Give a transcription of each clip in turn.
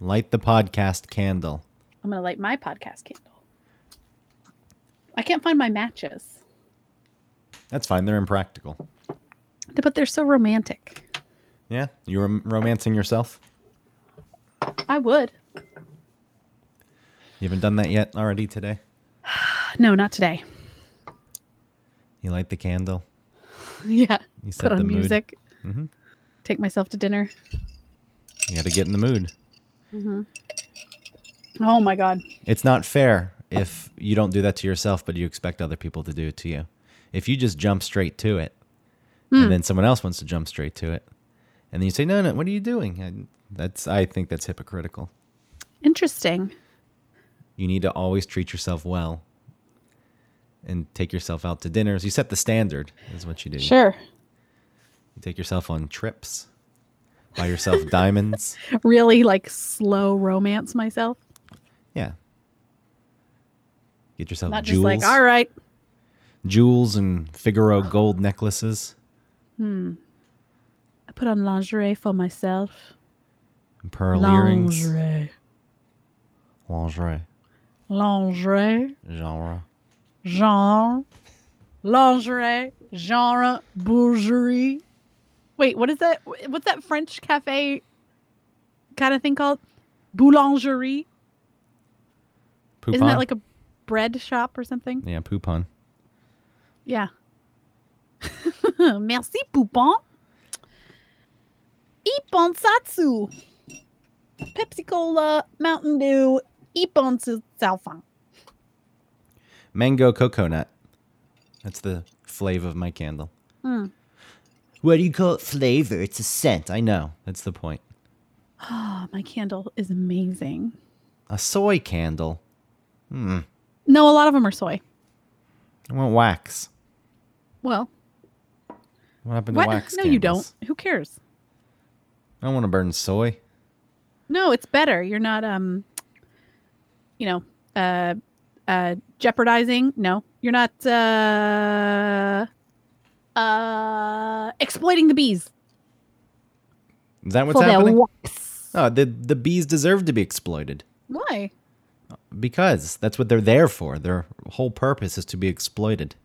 Light the podcast candle. I'm gonna light my podcast candle. I can't find my matches, That's fine. They're impractical. but they're so romantic. Yeah. You were romancing yourself? I would. You haven't done that yet already today? No, not today. You light the candle. yeah. You set Put the on mood. music. Mhm. Take myself to dinner. You got to get in the mood. Oh my god. It's not fair if you don't do that to yourself, but you expect other people to do it to you. If you just jump straight to it, and then someone else wants to jump straight to it, and then you say, "No, no, what are you doing?" And that's I think that's hypocritical. Interesting. You need to always treat yourself well, and take yourself out to dinners. You set the standard, is what you do. Sure. You take yourself on trips, buy yourself diamonds. Really like slow romance myself. Yeah. Get yourself Not jewels, just like, all right. jewels and Figaro gold necklaces. I put on lingerie for myself. and Pearl earrings. Lingerie. Lingerie. Lingerie. Genre. genre, lingerie, genre, bourgeoisie. Wait, what is that? What's that French cafe kind of thing called? Boulangerie? Poupon. Isn't that like a bread shop or something? Yeah, poupon. Yeah. Merci, Poupon. Ipponsatsu. Pepsi Cola, Mountain Dew, Ipponsu Salfon. Mango coconut. That's the flavor of my candle. Hmm. What do you call it? Flavor. It's a scent. I know. That's the point. Oh, my candle is amazing. A soy candle. No, a lot of them are soy. I want wax. Well, What happened What? to wax? no, you don't. candles? Who cares? I don't want to burn soy. No, it's better. You're not um you know, uh uh jeopardizing. No. You're not uh uh exploiting the bees Is that what's for their happening? wax. Oh, the the bees deserve to be exploited Why? because that's what they're there for. Their whole purpose is to be exploited.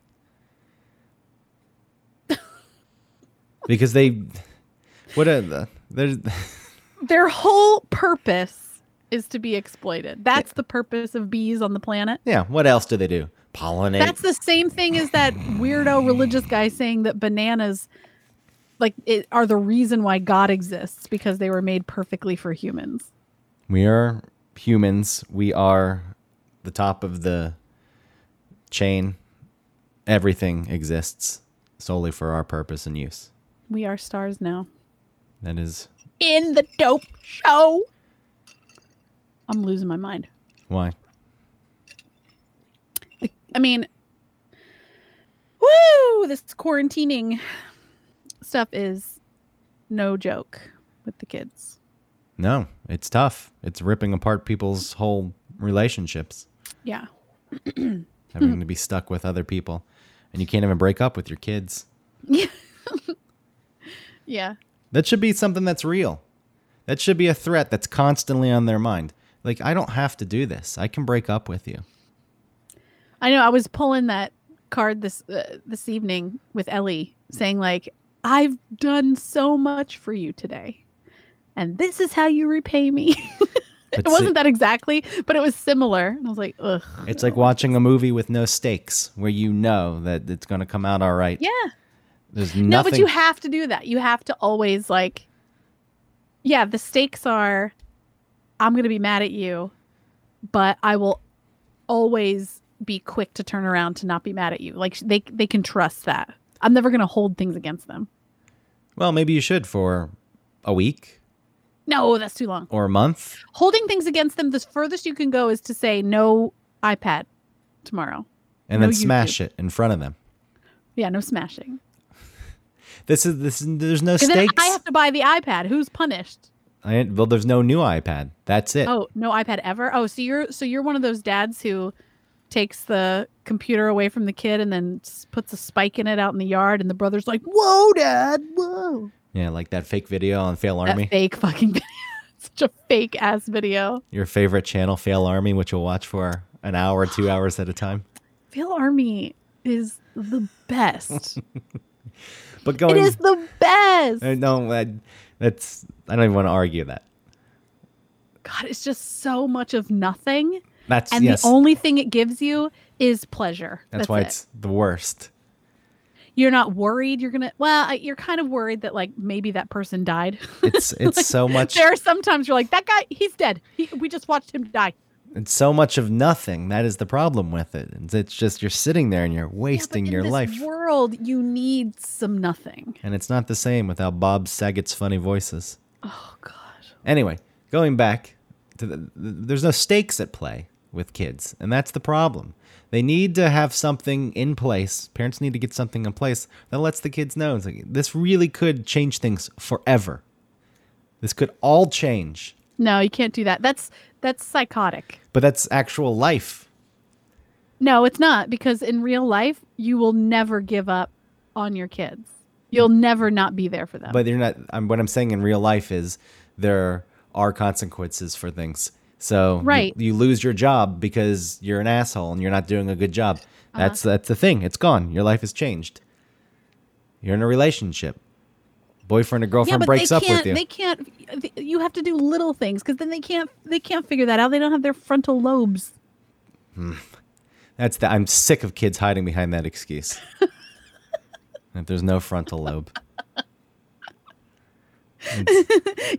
because they, what are the there's Their whole purpose is to be exploited. That's the purpose of bees on the planet. yeah. What else do they do? Pollinate. That's the same thing as that weirdo religious guy saying that bananas like it, are the reason why God exists because they were made perfectly for humans. We are humans. We are the top of the chain. Everything exists solely for our purpose and use. We are stars now. That is In the dope show. I'm losing my mind. why. I mean, woo, this quarantining stuff is no joke with the kids. No, it's tough. It's ripping apart people's whole relationships, Yeah. having to be stuck with other people. And you can't even break up with your kids. Yeah. That should be something that's real. That should be a threat that's constantly on their mind. Like, I don't have to do this. I can break up with you. I know I was pulling that card this uh, this evening with Ellie saying like I've done so much for you today. And this is how you repay me. But it see- wasn't that exactly, but it was similar. And I was like, ugh. It's like watching a movie with no stakes where you know that it's going to come out all right. Yeah. There's No, nothing. but you have to do that. You have to always like Yeah, the stakes are I'm going to be mad at you, but I will always be quick to turn around to not be mad at you. Like sh- they they can trust that. I'm never going to hold things against them. well, maybe you should for a week No, oh, that's too long. or a month. Holding things against them, the furthest you can go is to say no iPad tomorrow. And No, then you smash it in front of them. Yeah, no smashing. This is this. Is, there's no Because then stakes. I have to buy the iPad. Who's punished? I, well, there's no new iPad. That's it. Oh, no iPad ever. Oh, so you're so you're one of those dads who takes the computer away from the kid and then s- puts a spike in it out in the yard, and the brother's like, "Whoa, dad, whoa!" Yeah, like that fake video on Fail Army. That fake fucking. it's such a fake ass video. Your favorite channel, Fail Army, which you'll watch for an hour, two hours at a time. Fail Army is the best. But going, it is the best. Uh, no, I, that's I don't even want to argue that. God, it's just so much of nothing. That's And yes. the only thing it gives you is pleasure. that's, why it. it's the worst. you're not worried. You're gonna well, I- you're kind of worried that like maybe that person died. It's it's so much. there are sometimes you're like that guy. He's dead. He, we just watched him die. It's so much of nothing. That is the problem with it. It's- It's just you're sitting there and you're wasting in your this life. World, you need some nothing. and it's not the same without Bob Saget's funny voices. Oh God. Anyway, going back to the, th- there's no stakes at play with kids, and that's the problem. They need to have something in place. Parents need to get something in place that lets the kids know it's like, this really could change things forever. This could all change, No, you can't do that. That's that's psychotic. but that's actual life. No, it's not because in real life you will never give up on your kids. You'll never not be there for them. But you're not. I'm, what I'm saying in real life is there are consequences for things. So you- Right. you, lose your job because you're an asshole and you're not doing a good job. Uh-huh. That's that's the thing. It's gone. Your life has changed. You're in a relationship. Boyfriend or yeah, girlfriend but breaks they up can't. with you. They can't. th- You have to do little things because then they can't. They can't figure that out. They don't have their frontal lobes. That's the, I'm sick of kids hiding behind that excuse. that there's no frontal lobe.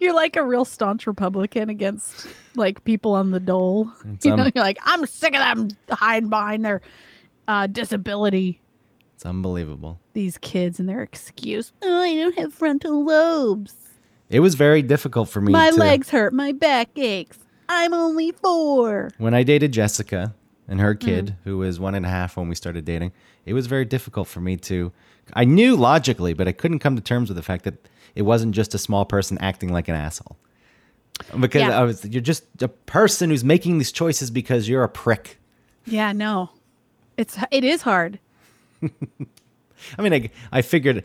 You're like a real staunch Republican against like people on the dole. It's, You know, um, you're like, I'm sick of them hiding behind their uh, disability. It's unbelievable. These kids and their excuse. Oh, I don't have frontal lobes. It was very difficult for me. My to, legs hurt. My back aches. I'm only four. when I dated Jessica and her kid, Mm. who was one and a half when we started dating, it was very difficult for me to. I knew logically, but I couldn't come to terms with the fact that it wasn't just a small person acting like an asshole. Because Yeah. I was, you're just a person who's making these choices because you're a prick. Yeah, no, it's it is hard. I mean, I, I figured,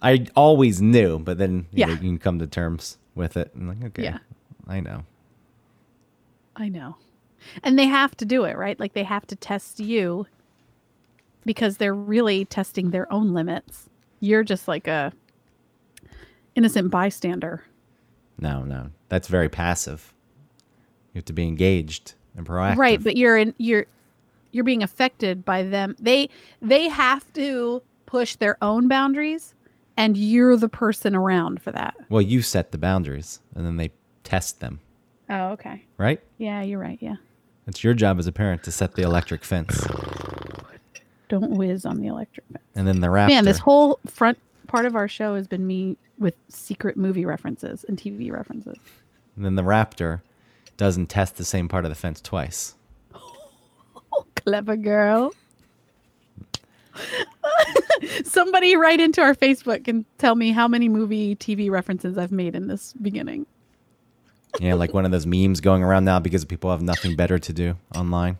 I always knew, but then you, Yeah. know, you can come to terms with it. And like, okay, Yeah. I know. I know. And they have to do it, right? Like they have to test you because they're really testing their own limits. You're just like a innocent bystander. No, no, that's very passive. You have to be engaged and proactive. Right, but you're in you're you're being affected by them. They they have to push their own boundaries and you're the person around for that. Well, you set the boundaries and then they test them, Oh, okay. right? Yeah, you're right. Yeah. It's your job as a parent to set the electric fence. Don't whiz on the electric fence. And then the raptor. Man, this whole front part of our show has been me with secret movie references and TV references. and then the raptor doesn't test the same part of the fence twice. Oh, clever girl. Somebody write into our Facebook and tell me how many movie TV references I've made in this beginning. Yeah, like one of those memes going around now because people have nothing better to do online.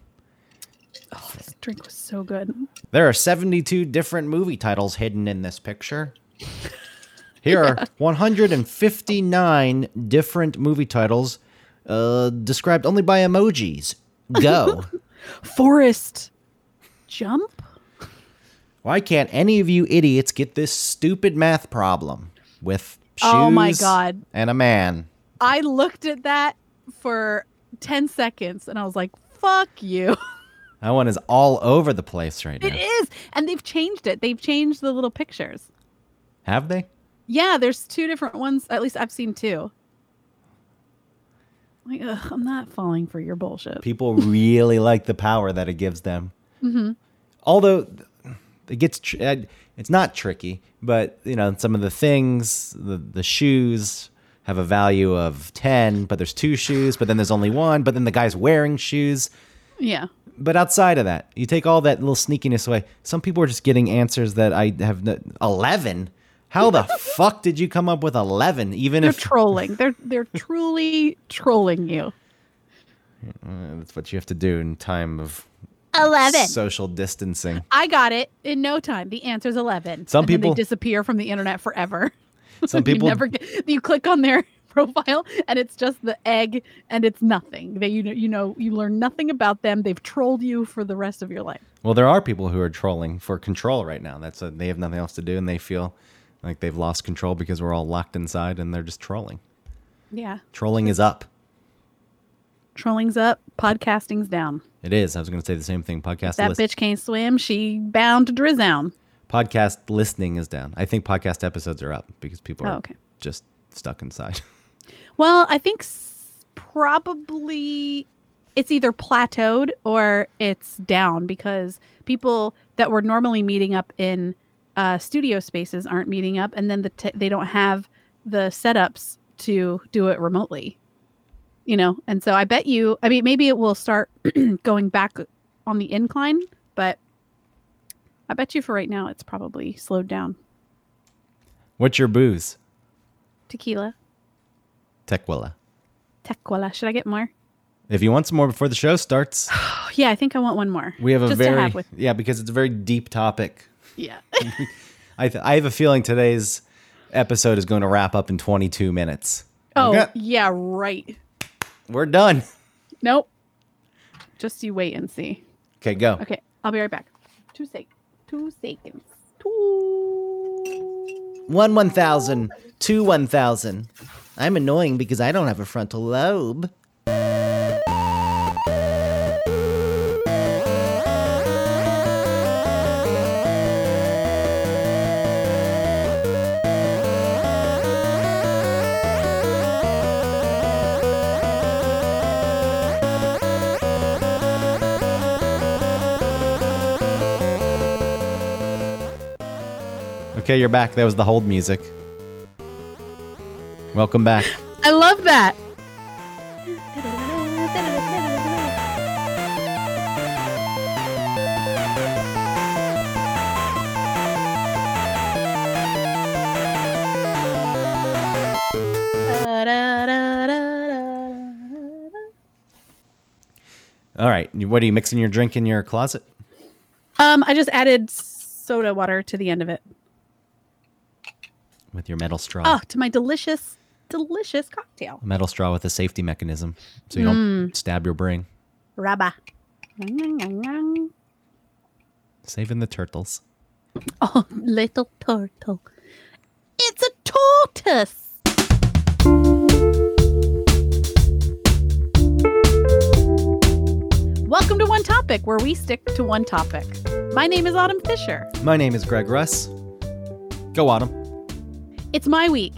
Oh, this drink was so good. There are 72 different movie titles hidden in this picture. Here are 159 different movie titles uh, described only by emojis. Go. Forest jump? Why can't any of you idiots get this stupid math problem with shoes Oh my God. and a man? I looked at that for 10 seconds and I was like, fuck you. That one is all over the place right It now. is. And they've changed it. They've changed the little pictures. Have they? Yeah, there's two different ones. At least I've seen two. Like, ugh, I'm not falling for your bullshit. People really like the power that it gives them. Mm-hmm. Although th- it gets, tr- uh, it's not tricky, but you know some of the things, the the shoes have a value of ten, but there's two shoes, but then there's only one, but then the guy's wearing shoes. yeah. But outside of that, you take all that little sneakiness away. Some people are just getting answers that I have no, eleven. How the fuck did you come up with eleven? Even They're if trolling. They're they're truly trolling you. Uh, that's what you have to do in time of Eleven. social distancing. I got it in no time. The answer's eleven. Some And then people- they disappear from the internet forever. Some people you never get. You click on their profile and it's just the egg and it's nothing. They you know you know you learn nothing about them. They've trolled you for the rest of your life. Well, there are people who are trolling for control right now. That's a, they have nothing else to do and they feel like they've lost control because we're all locked inside and they're just trolling. Yeah. Trolling is up. Trolling's up, podcasting's down. It is. I was going to say the same thing. Podcast That list- bitch can't swim, she bound to drizown. podcast listening is down. I think podcast episodes are up because people are Oh, okay. just stuck inside. Well, I think s- probably it's either plateaued or it's down because people that were normally meeting up in uh, studio spaces aren't meeting up, and then the te- they don't have the setups to do it remotely. You know, and so I bet you. I mean, maybe it will start going back on the incline, but I bet you for right now it's probably slowed down. What's your booze? Tequila, Tequila. tequila. Should I get more? If you want some more before the show starts, Oh, yeah, I think I want one more. we have a just very to have with yeah because it's a very deep topic. Yeah. I th- I have a feeling today's episode is going to wrap up in 22 minutes. oh, Okay. yeah, right. we're done. Nope. Just you wait and see. Okay, go. Okay, I'll be right back. Two sec. Two seconds. Two. One one thousand, two one thousand. I'm annoying because I don't have a frontal lobe. Okay, you're back. That was the hold music. Welcome back. I love that. All right. you- What are you mixing your drink in your closet? Um, I just added soda water to the end of it. With your metal straw. Oh, to my delicious, delicious cocktail. A metal straw with a safety mechanism so you Mm. don't stab your brain. Rabba. Mm-mm-mm. Saving the turtles. Oh, little turtle. It's a tortoise. Welcome to One Topic, where we stick to one topic. My name is Autumn Fisher. My name is Greg Russ. Go Autumn. It's my week.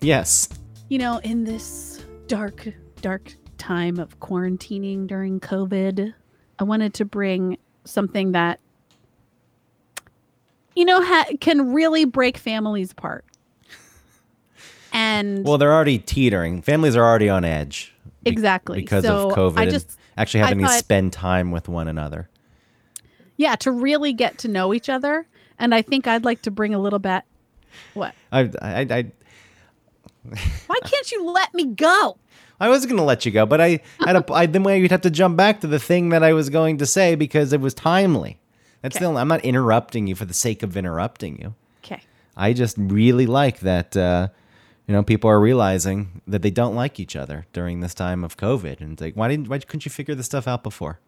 Yes. You know, in this dark, dark time of quarantining during COVID, I wanted to bring something that, you know, ha- can really break families apart. And Well, they're already teetering. Families are already on edge. be- exactly. Because so of COVID. I and just, actually I having to thought- spend time with one another. yeah, to really get to know each other. And I think I'd like to bring a little bit. What? I, I, I, Why can't you let me go? I was gonna let you go, but I had a I, then you'd have to jump back to the thing that I was going to say because it was timely. That's the Okay. only, I'm not interrupting you for the sake of interrupting you. Okay. I just really like that uh, you know people are realizing that they don't like each other during this time of COVID, and it's like why didn't why couldn't you figure this stuff out before?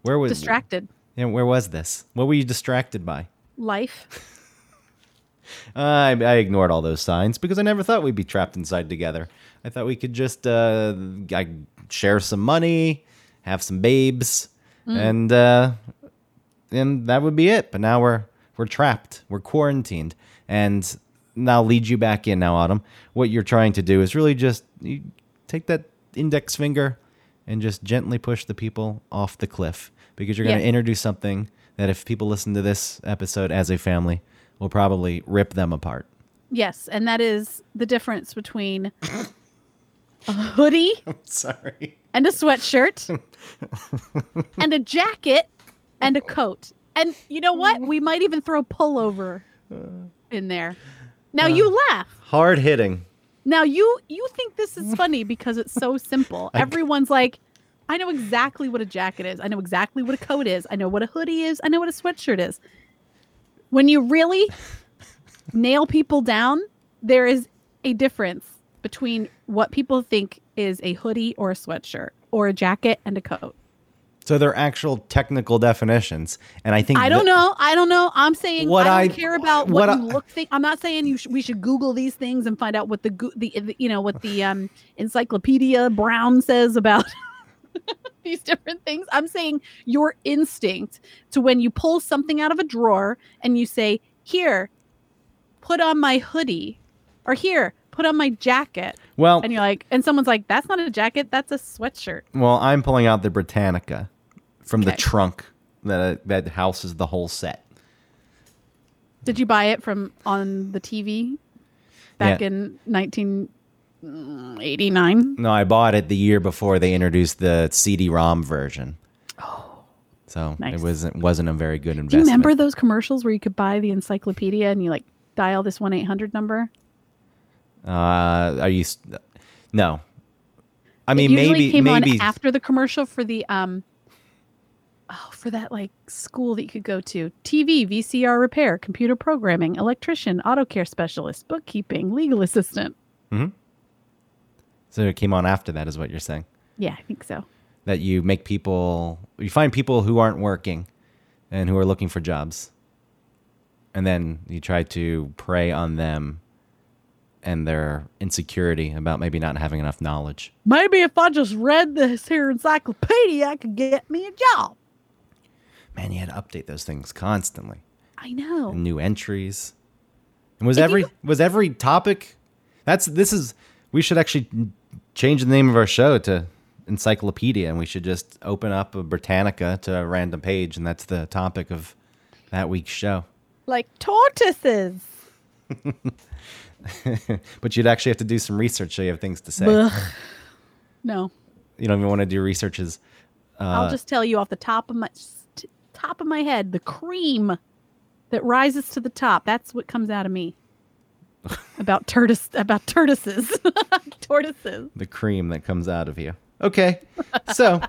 Where was Distracted. Yeah, where was this? What were you distracted by? Uh, Life. I, I ignored all those signs because I never thought we'd be trapped inside together. I thought we could just uh, I share some money, have some babes, and uh, and that would be it. But now we're we're trapped, we're quarantined, and now lead you back in now, Autumn. What you're trying to do is really just you take that index finger and just gently push the people off the cliff because you're going to Yeah. introduce something that if people listen to this episode as a family will probably rip them apart. Yes. And that is the difference between a hoodie. Sorry. and a sweatshirt and a jacket and a coat. And you know what? We might even throw pullover in there. Now you laugh. Hard hitting. Now you you think this is funny because it's so simple. Everyone's like, I know exactly what a jacket is. I know exactly what a coat is. I know what a hoodie is. I know what a sweatshirt is. When you really nail people down, there is a difference between what people think is a hoodie or a sweatshirt or a jacket and a coat. So they're actual technical definitions, and I think I don't that- know. I don't know. I'm saying What I don't I- care about what, what you I- look think. I'm not saying you sh- we should Google these things and find out what the, goo the the- you know what the um encyclopedia Brown says about these different things. I'm saying your instinct to when you pull something out of a drawer and you say, "Here, put on my hoodie," or "Here, put on my jacket," Well, and you're like, and someone's like, "That's not a jacket. That's a sweatshirt." well, I'm pulling out the Britannica from the Okay. trunk that that houses the whole set. Did you buy it from on the TV back Yeah. in 1989? No, I bought it the year before they introduced the CD-ROM version. Oh, so Nice. it wasn't wasn't a very good investment. Do you remember those commercials where you could buy the encyclopedia and you like dial this 1 800 number? Uh, are you? s- No. I mean, it usually maybe came maybe on after the commercial for the um oh for that like school that you could go to tv vcr repair computer programming electrician auto care specialist bookkeeping legal assistant so. It came on after that, is what you're saying. yeah i think so That you make people, you find people who aren't working, and who are looking for jobs, and then you try to prey on them, and their insecurity about maybe not having enough knowledge. maybe if i just read this here encyclopedia i could get me a job Man, you had to update those things constantly. i know and new entries. And was If every you- was every topic? That's this is we should actually change the name of our show to Encyclopedia, and we should just open up a Britannica to a random page, and that's the topic of that week's show. like tortoises But you'd actually have to do some research so you have things to say. Ugh. no You don't even want to do researches. Uh, I'll just tell you off the top of my st- top of my head, the cream that rises to the top. That's what comes out of me about tortoise about tortoises, tortoises. The cream that comes out of you. Okay, so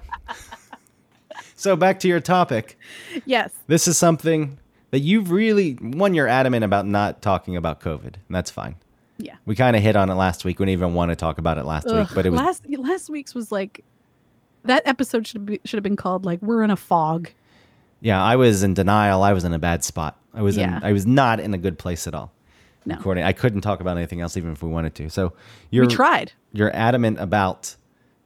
so back to your topic. Yes, This is something that you've really one. You're adamant about not talking about COVID, and that's fine. yeah. We kind of hit on it last week. We didn't even want to talk about it last Ugh. week, but it was last last week's was like that episode should be, should have been called like we're in a fog. yeah. I was in denial. I was in a bad spot. I was Yeah. in, I was not in a good place at all. No. According, I couldn't talk about anything else, even if we wanted to. So you're We tried. you're adamant about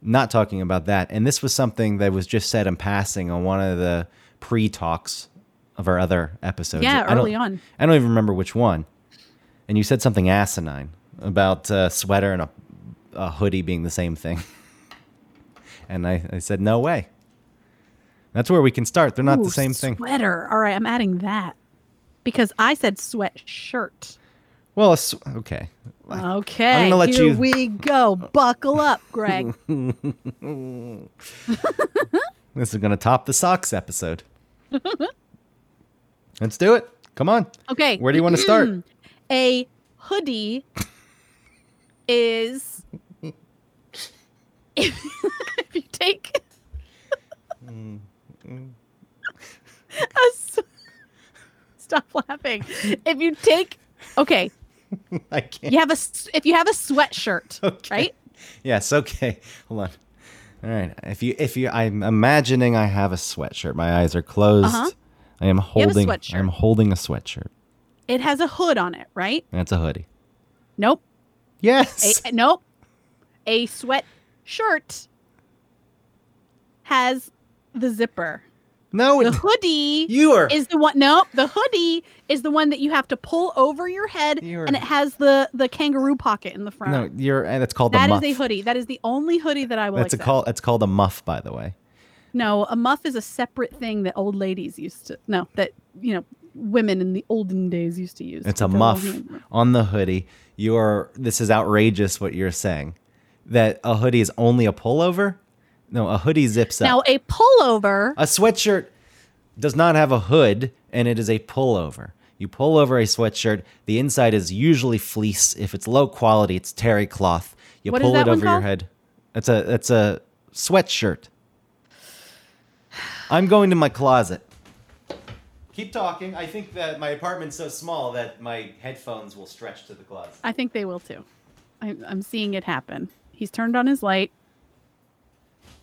not talking about that, and this was something that was just said in passing on one of the pre talks of our other episodes. Yeah, I don't- early on. I don't even remember which one. And you said something asinine about a sweater and a, a hoodie being the same thing. and I, I said, no way. That's where we can start. They're not Ooh, the same thing. Sweater. All right, I'm adding that because I said sweatshirt. Well, a s okay. Okay, gonna let here you- we go. Buckle up, Greg. This is going to top the socks episode. Let's do it. Come on. Okay, Where do you want to start? a hoodie is if, you take a s- stop laughing if you take okay I can't. you have a s- if you have a sweatshirt Okay. right Yes. Okay. Hold on. All right. If you, if you, I'm imagining I have a sweatshirt. My eyes are closed. Uh-huh. I am have a holding. sweatshirt. I'm holding a sweatshirt. it has a hood on it right That's a hoodie. nope a, Yes. a- nope a sweatshirt has the zipper no. the It, hoodie you are. is the one no the hoodie is the one that you have to pull over your head You are- and it has the the kangaroo pocket in the front No. You're. and That's called That a is muff. a hoodie that is the only hoodie that i will That's a accept. call. That's called a muff, by the way. no a muff is a separate thing that old ladies used to no that you know women in the olden days used to use It's to a cover muff hand- on the hoodie. You're. This is outrageous. What you're saying, that a hoodie is only a pullover. No, a hoodie zips up. now a pullover A sweatshirt does not have a hood and it is a pullover. You pull over a sweatshirt, the inside is usually fleece. If it's low quality, it's terry cloth. You What is pull that it one over your called? head. That's a that's a sweatshirt. I'm going to my closet. Keep talking. I think that my apartment's so small that my headphones will stretch to the closet. i think they will too I'm, I'm seeing it happen. He's turned on his light.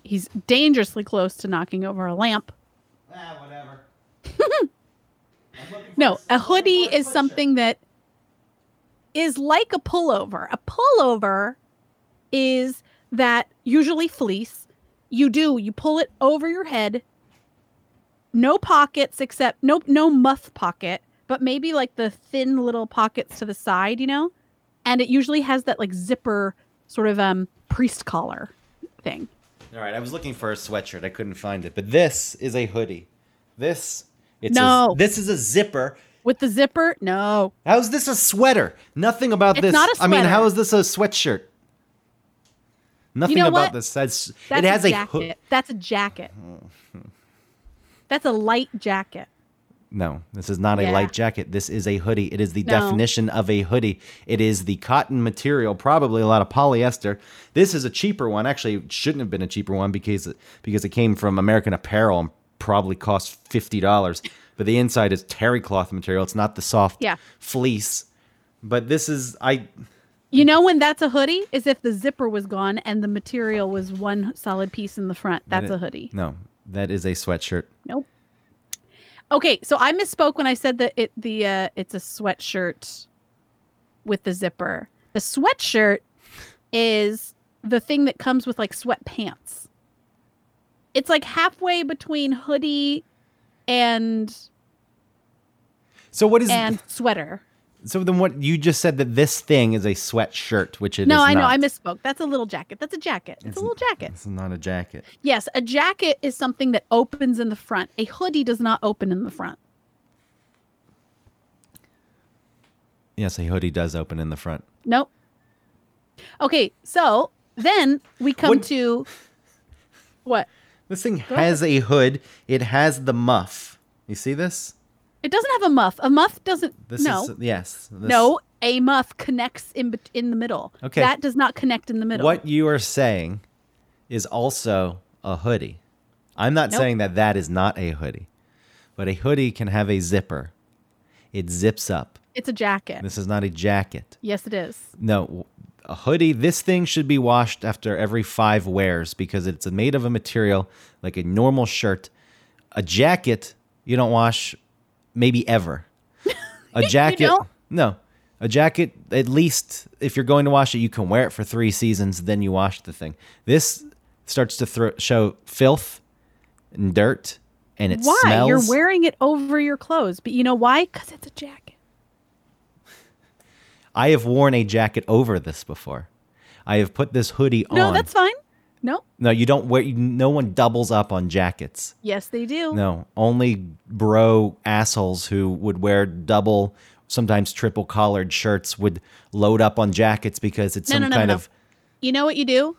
He's dangerously close to knocking over a lamp. Ah, whatever. No, a hoodie is something that is like a pullover. A pullover is that usually fleece. You do, you pull it over your head. No pockets except no no muff pocket, but maybe like the thin little pockets to the side, you know? And it usually has that like zipper sort of um priest collar thing. All right, I was looking for a sweatshirt. I couldn't find it, but this is a hoodie. This it's No. a, this is a zipper. With the zipper? No. How is this a sweater? Nothing about It's this. not a I mean, sweater. how is this a sweatshirt? Nothing know about what? this. That's, That's it has a a, jacket. hood. That's a jacket. That's a light jacket. No, this is not Yeah. a light jacket. This is a hoodie. It is the No. definition of a hoodie. It is the cotton material, probably a lot of polyester. This is a cheaper one. Actually, it shouldn't have been a cheaper one because it, because it came from American Apparel and probably cost fifty dollars. But the inside is terry cloth material. It's not the soft Yeah. fleece. But this is I You know when that's a hoodie is if the zipper was gone and the material was one solid piece in the front. That's it- a hoodie. no. That is a sweatshirt. Nope. Okay, so I misspoke when I said that it the uh, it's a sweatshirt with the zipper. The sweatshirt is the thing that comes with like sweatpants. It's like halfway between hoodie and So what is and sweater. so then what you just said that this thing is a sweatshirt, which it is no, I know not. I misspoke. That's a little jacket. That's a jacket. It's, It's a n- little jacket. This is not a jacket. Yes, a jacket is something that opens in the front. A hoodie does not open in the front. Yes, a hoodie does open in the front. Nope. Okay, so then we come What- to what? This thing has a hood. It has the muff. You see this? It doesn't have a muff. A muff doesn't. This no, is yes. This, no. A muff connects in bet- in the middle. Okay. that does not connect in the middle. What you are saying is also a hoodie. I'm not Nope. saying that that is not a hoodie, but a hoodie can have a zipper. It zips up. It's a jacket. This is not a jacket. yes, it is. No, a hoodie. This thing should be washed after every five wears because it's made of a material like a normal shirt. A jacket you don't wash maybe ever. A jacket, don't? no, a jacket. At least if you're going to wash it, you can wear it for three seasons. Then you wash the thing. This starts to throw, show filth and dirt, and it why smells. you're wearing it over your clothes? But you know why? Because it's a jacket. I have worn a jacket over this before. I have put this hoodie No, on. that's fine. No. No, you don't wear. You, no one doubles up on jackets. Yes, they do. No, only bro assholes who would wear double, sometimes triple collared shirts would load up on jackets because it's No, some no, no, kind no. of. you know what you do?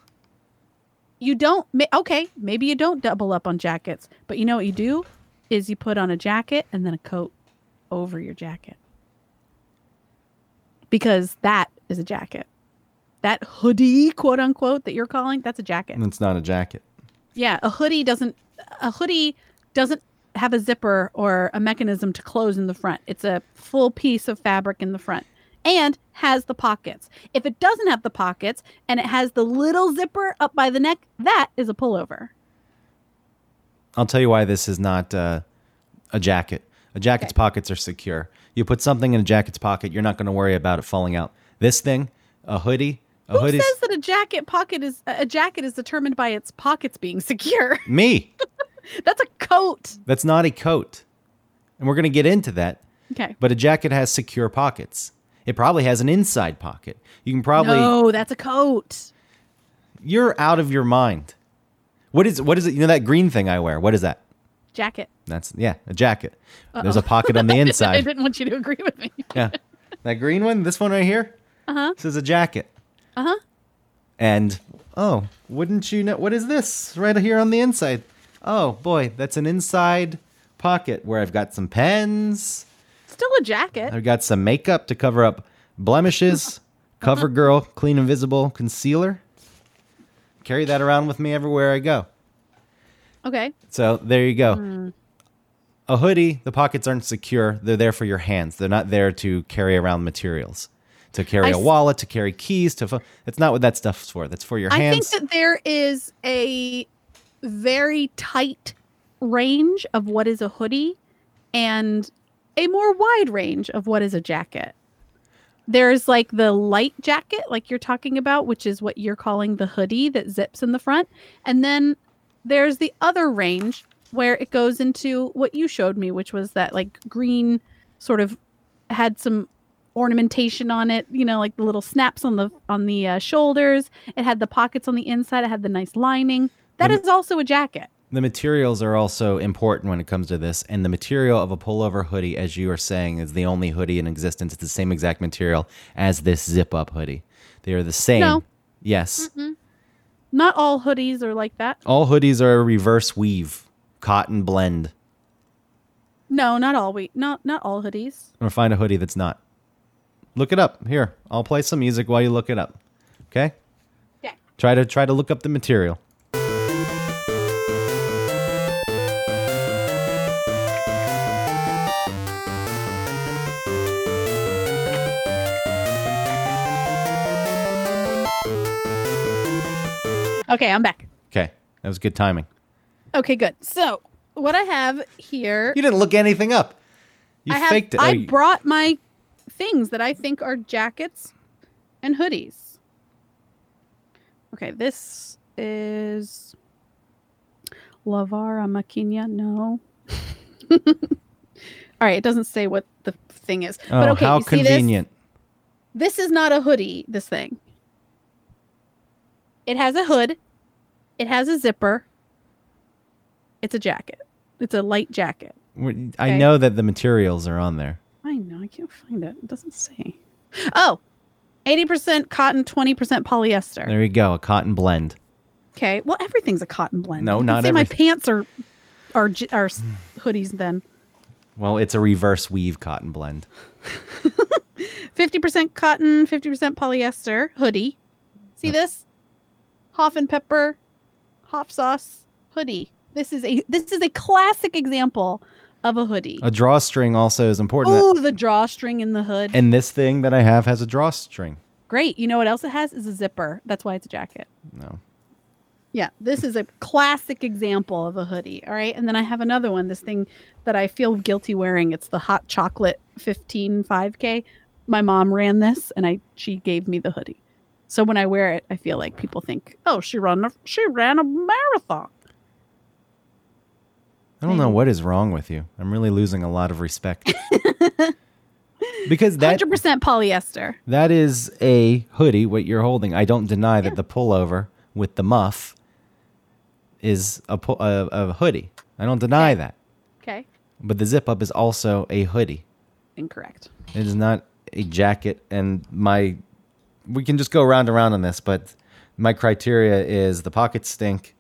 You don't. ma- Okay, maybe you don't double up on jackets, but you know what you do is you put on a jacket and then a coat over your jacket because that is a jacket. That hoodie, quote unquote, that you're calling, that's a jacket. It's not a jacket. Yeah, a hoodie doesn't. A hoodie doesn't have a zipper or a mechanism to close in the front. It's a full piece of fabric in the front and has the pockets. If it doesn't have the pockets and it has the little zipper up by the neck, that is a pullover. I'll tell you why this is not uh, a jacket. A jacket's pockets are secure. You put something in a jacket's pocket, you're not going to worry about it falling out. This thing, a hoodie, a Who hoodie. says that a jacket pocket is a a jacket is determined by its pockets being secure? Me. That's a coat. That's not a coat, and we're going to get into that. Okay. But a jacket has secure pockets. It probably has an inside pocket. You can probably No, that's a coat. you're out of your mind. What is what is it? You know that green thing I wear. What is that? Jacket. That's yeah, a jacket. There's a pocket on the I inside. didn't want you to agree with me. yeah, that green one. This one right here. Uh Uh-huh. huh. This is a jacket. Uh huh. And oh, wouldn't you know? What is this right here on the inside? Oh boy, that's an inside pocket where I've got some pens. Still a jacket. I've got some makeup to cover up blemishes, Uh-huh. CoverGirl Clean Invisible Concealer. Carry that around with me everywhere I go. Okay. So there you go. Hmm. A hoodie, the pockets aren't secure. They're there for your hands. They're not there to carry around materials. to carry I a s- wallet, to carry keys, to. Fo- that's not what that stuff's for. That's for your I hands. think that there is a very tight range of what is a hoodie and a more wide range of what is a jacket. There's like the light jacket, like you're talking about, which is what you're calling the hoodie that zips in the front. And then there's the other range where it goes into what you showed me, which was that like green sort of had some ornamentation on it you know like the little snaps on the on the uh, shoulders it had the pockets on the inside it had the nice lining That is And- also a jacket the materials are also important when it comes to this and the material of a pullover hoodie as you are saying is the only hoodie in existence it's the same exact material as this zip up hoodie they are the same No. yes not all hoodies are like that all hoodies are a reverse weave cotton blend no not all we not not all hoodies or find a hoodie that's not look it up here i'll play some music while you look it up okay yeah try to try to look up the material okay i'm back okay that was good timing okay good so what i have here you didn't look anything up you I have, faked it I Oh, you- brought my things that I think are jackets and hoodies. Okay, this is Lavara Maquina. No. All right, it doesn't say what the thing is. but Oh, okay, how you see this? convenient This is not a hoodie, this thing. It has a hood. It has a zipper. It's a jacket. It's a light jacket. We- I Okay. know that the materials are on there. I know. I can't find it. It doesn't say. Oh, 80% cotton, 20% polyester. There you go, a cotton blend. Okay. Well, everything's a cotton blend. No, You can not say my everything. pants are are j- are s- hoodies then. Well, it's a reverse weave cotton blend. 50% cotton, 50% polyester hoodie. See this? Hoff and pepper, Hoff sauce hoodie. This is a this is a classic example of a hoodie. A drawstring also is important. Oh, the drawstring in the hood. and this thing that I have has a drawstring. Great. You know what else it has? Is a zipper. That's why it's a jacket. No. Yeah, this is a classic example of a hoodie. All right. And then I have another one, this thing that I feel guilty wearing. It's the hot chocolate 15 5K. My mom ran this and I she gave me the hoodie. So when I wear it, I feel like people think, "Oh, she ran a she ran a marathon." I don't know Maybe. what is wrong with you. I'm really losing a lot of respect. because that 100% polyester. that is a hoodie what you're holding. I don't deny that Yeah. the pullover with the muff is a pu- a, a hoodie. I don't deny that. Okay. But the zip up is also a hoodie. Incorrect. It is not a jacket, and my we can just go round and round on this, but my criteria is the pockets stink.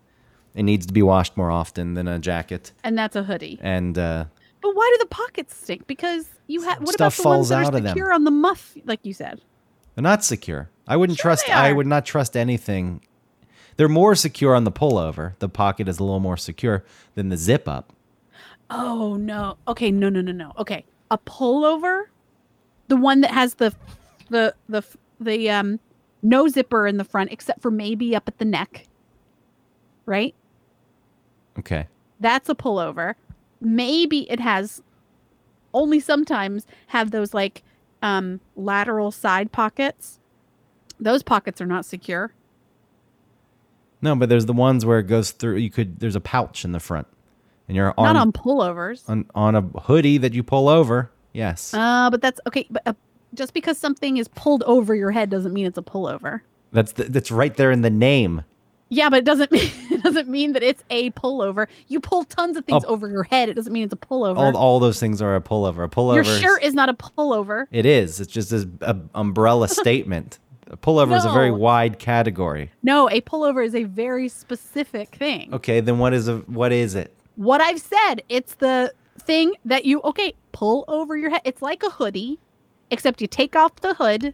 It needs to be washed more often than a jacket, And that's a hoodie. and uh, But why do the pockets stink? Because you have what Stuff about the falls ones that out are of them. secure on the muff like you said? they're not secure. I wouldn't Sure trust. they I are. would not trust anything. They're more secure on the pullover. The pocket is a little more secure than the zip up. Oh no. Okay, no no no no. Okay. A pullover? The one that has the the the the um no zipper in the front except for maybe up at the neck. Right? Okay, That's a pullover. Maybe it has only sometimes have those like um lateral side pockets. Those pockets are not secure. no, but there's the ones where it goes through. You could there's a pouch in the front, and your not arm on pullovers. on on a hoodie that you pull over. Yes, Uh, but that's okay, but uh, just because something is pulled over your head doesn't mean it's a pullover. that's the, that's right there in the name. Yeah, but it doesn't mean it doesn't mean that it's a pullover. You pull tons of things Oh. over your head. It doesn't mean it's a pullover. All, all those things are a pullover. A pullover. your is- shirt is not a pullover. It is. It's just this uh, umbrella statement. A pullover is a very No. wide category. No, a pullover is a very specific thing. Okay, then what is a what is it? What I've said, it's the thing that you okay, pull over your head. It's like a hoodie, except you take off the hood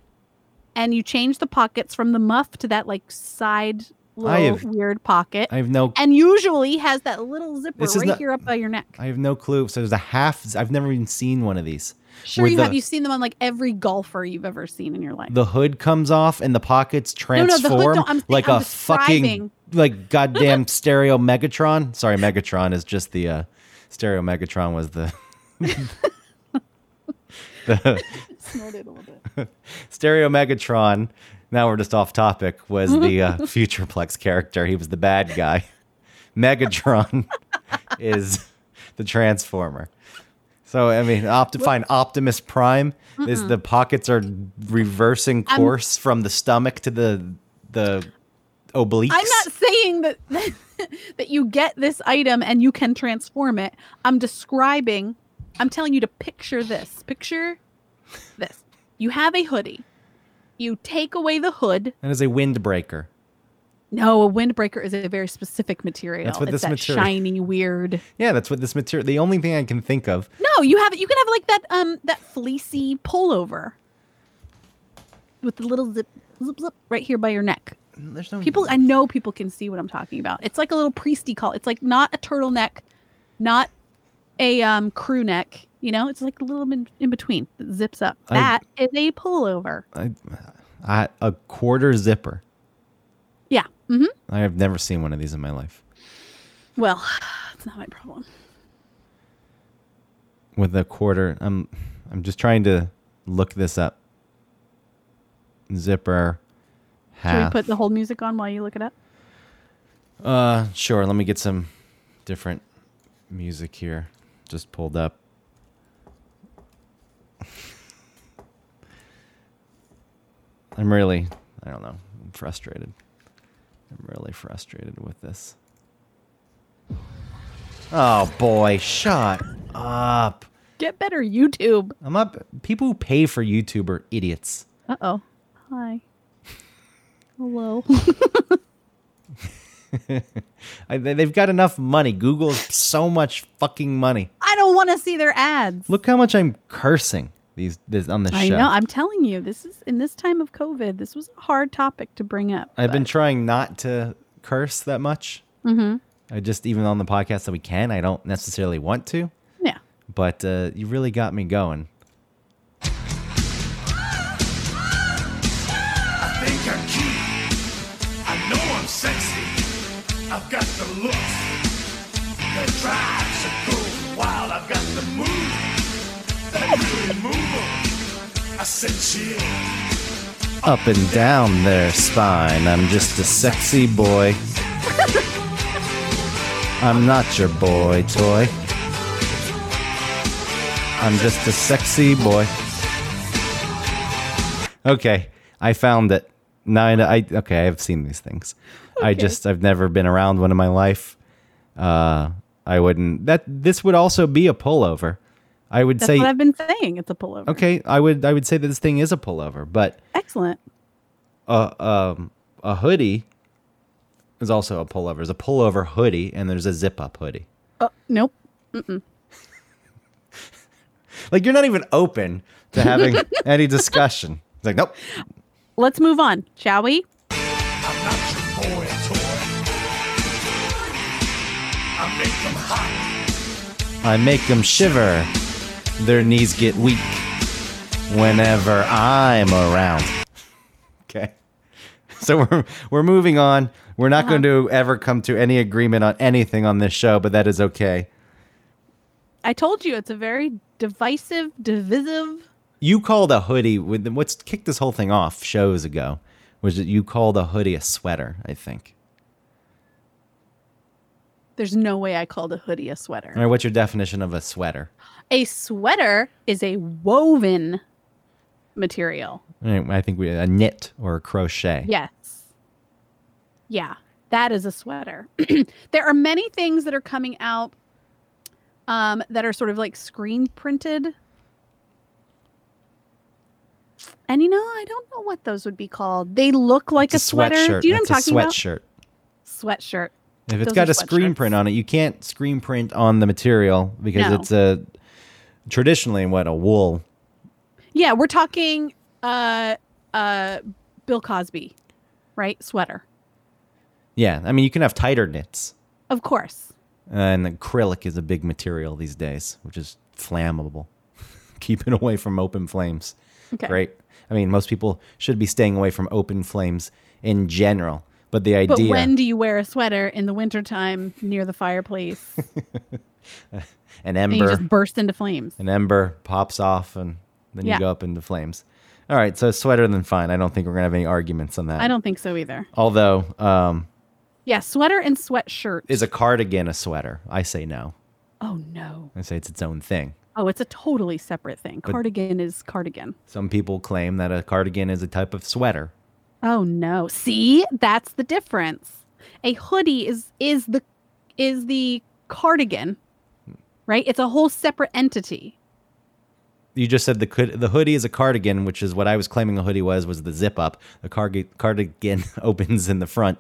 and you change the pockets from the muff to that like side little have- weird pocket, I have no and usually has that little zipper This is right not- here up by your neck. I have no clue. So there's a half I've never even seen one of these. sure, where you the- have. You've seen them on like every golfer you've ever seen in your life. The hood comes off and the pockets no, the hood transform don't- I'm- like a I'm fucking describing- like goddamn stereo Megatron. Sorry, Megatron is just the uh stereo Megatron was the the Snort it a little bit. stereo Megatron. Now we're just off topic. Was the uh, Futureplex character? He was the bad guy. Megatron is the Transformer. So I mean, opt- find Optimus Prime is the pockets are reversing I'm- course from the stomach to the the obliques. I'm not saying that that you get this item and you can transform it. I'm describing. I'm telling you to picture this. Picture this. You have a hoodie. You take away the hood. That is a windbreaker. No, a windbreaker is a very specific material. That's what it's this that material- shiny, weird. Yeah, that's what this material. The only thing I can think of. No, you have You can have like that um that fleecy pullover with the little zip zip zip right here by your neck. There's no People, I know people can see what I'm talking about. It's like a little priesty call. It's like not a turtleneck, not a um, crew neck. You know, it's like a little in, in between that zips up. I- That is a pullover. I, I, a quarter zipper. Yeah. hmm I have never seen one of these in my life. Well, it's not my problem. with a quarter. I'm I'm just trying to look this up. Zipper Should we half. put the whole music on while you look it up? uh sure, let me get some different music here. Just pulled up. I'm really I don't know. I'm frustrated. I'm really frustrated with this. Oh boy, shut up. Get better, YouTube. I'm not. People who pay for YouTube are idiots. Uh oh. Hi. Hello. I, they- they've got enough money. Google's so much fucking money. I don't want to see their ads. Look how much I'm cursing these this on this I show. know. I'm telling you, this is in this time of COVID. This was a hard topic to bring up. I've been but- trying not to curse that much. Mhm. I just even on the podcast that we can. I don't necessarily want to, Yeah. but uh, you really got me going. think I'm cute. I know I'm sexy. I've got the looks. The drive to go wild. I've got the move. That really move 'em. I said chill. Up and down their spine. I'm just a sexy boy. I'm not your boy toy. I'm just a sexy boy. Okay, I found it. Now I, I okay, I've seen these things. I Okay. just I've never been around one in my life. Uh, I wouldn't. That this would also be a pullover. I would That's say what I've been saying. It's a pullover. okay. I would I would say that this thing is a pullover, but Excellent. a um, a hoodie is also a pullover. There's a pullover hoodie, and there's a zip up hoodie. Uh, nope. Like you're not even open to having any discussion. It's like nope. Let's move on, shall we? I'm not your boy toy. I make 'em hot. I make them shiver. Their knees get weak whenever I'm around. Okay. So we're we're moving on. We're not going to ever come to any agreement on anything on this show, but that is okay. I told you it's a very divisive, divisive. You called a hoodie with what's kicked this whole thing off shows ago was that you called a hoodie a sweater, I think. There's no way I called a hoodie a sweater. All right, what's your definition of a sweater? A sweater is a woven material. All right, I think we a knit or a crochet. Yes. Yeah, that is a sweater. there are many things that are coming out um, that are sort of like screen printed. And you know, I don't know what those would be called. They look like It's a sweater. Do you know It's what I'm talking a about? sweatshirt. Sweatshirt. If it's Those got are a screen sweatshirts. print on it, you can't screen print on the material because No. it's a traditionally what a wool. Yeah, we're talking uh uh Bill Cosby, right? Sweater. Yeah, I mean, you can have tighter knits, Of course. and acrylic is a big material these days, which is flammable. Keep it away from open flames. Okay. Great. I mean, most people should be staying away from open flames in general, but the But idea when do you wear a sweater in the wintertime near the fireplace an and you ember, just burst into flames? an ember pops off, and then you Yeah. go up into flames. All right, so sweater then fine. I don't think we're gonna have any arguments on that. I don't think so either. Although, um, Yeah, sweater and sweatshirt. is a cardigan a sweater? I say no. oh no. I say it's its own thing. Oh, it's a totally separate thing. Cardigan is cardigan. Some people claim that a cardigan is a type of sweater. Oh no. See? That's the difference. A hoodie is is the is the cardigan. Right? It's a whole separate entity. You just said the could, the hoodie is a cardigan, which is what I was claiming a hoodie was was the zip up. The carg- cardigan opens in the front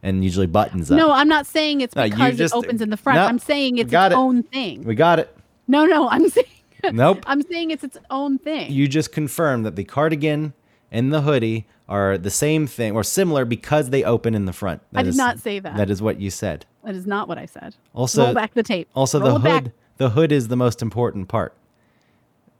and usually buttons up. No, I'm not saying it's No, you because just- it opens in the front. no, I'm saying it's got its it. own thing. we got it. No, no, I'm saying Nope. I'm saying it's its own thing. you just confirmed that the cardigan and the hoodie are the same thing or similar because they open in the front. I That did is- not say that. That is what you said. that is not what I said. Also- roll back the tape. Also, Roll the it back. hood. The hood is the most important part.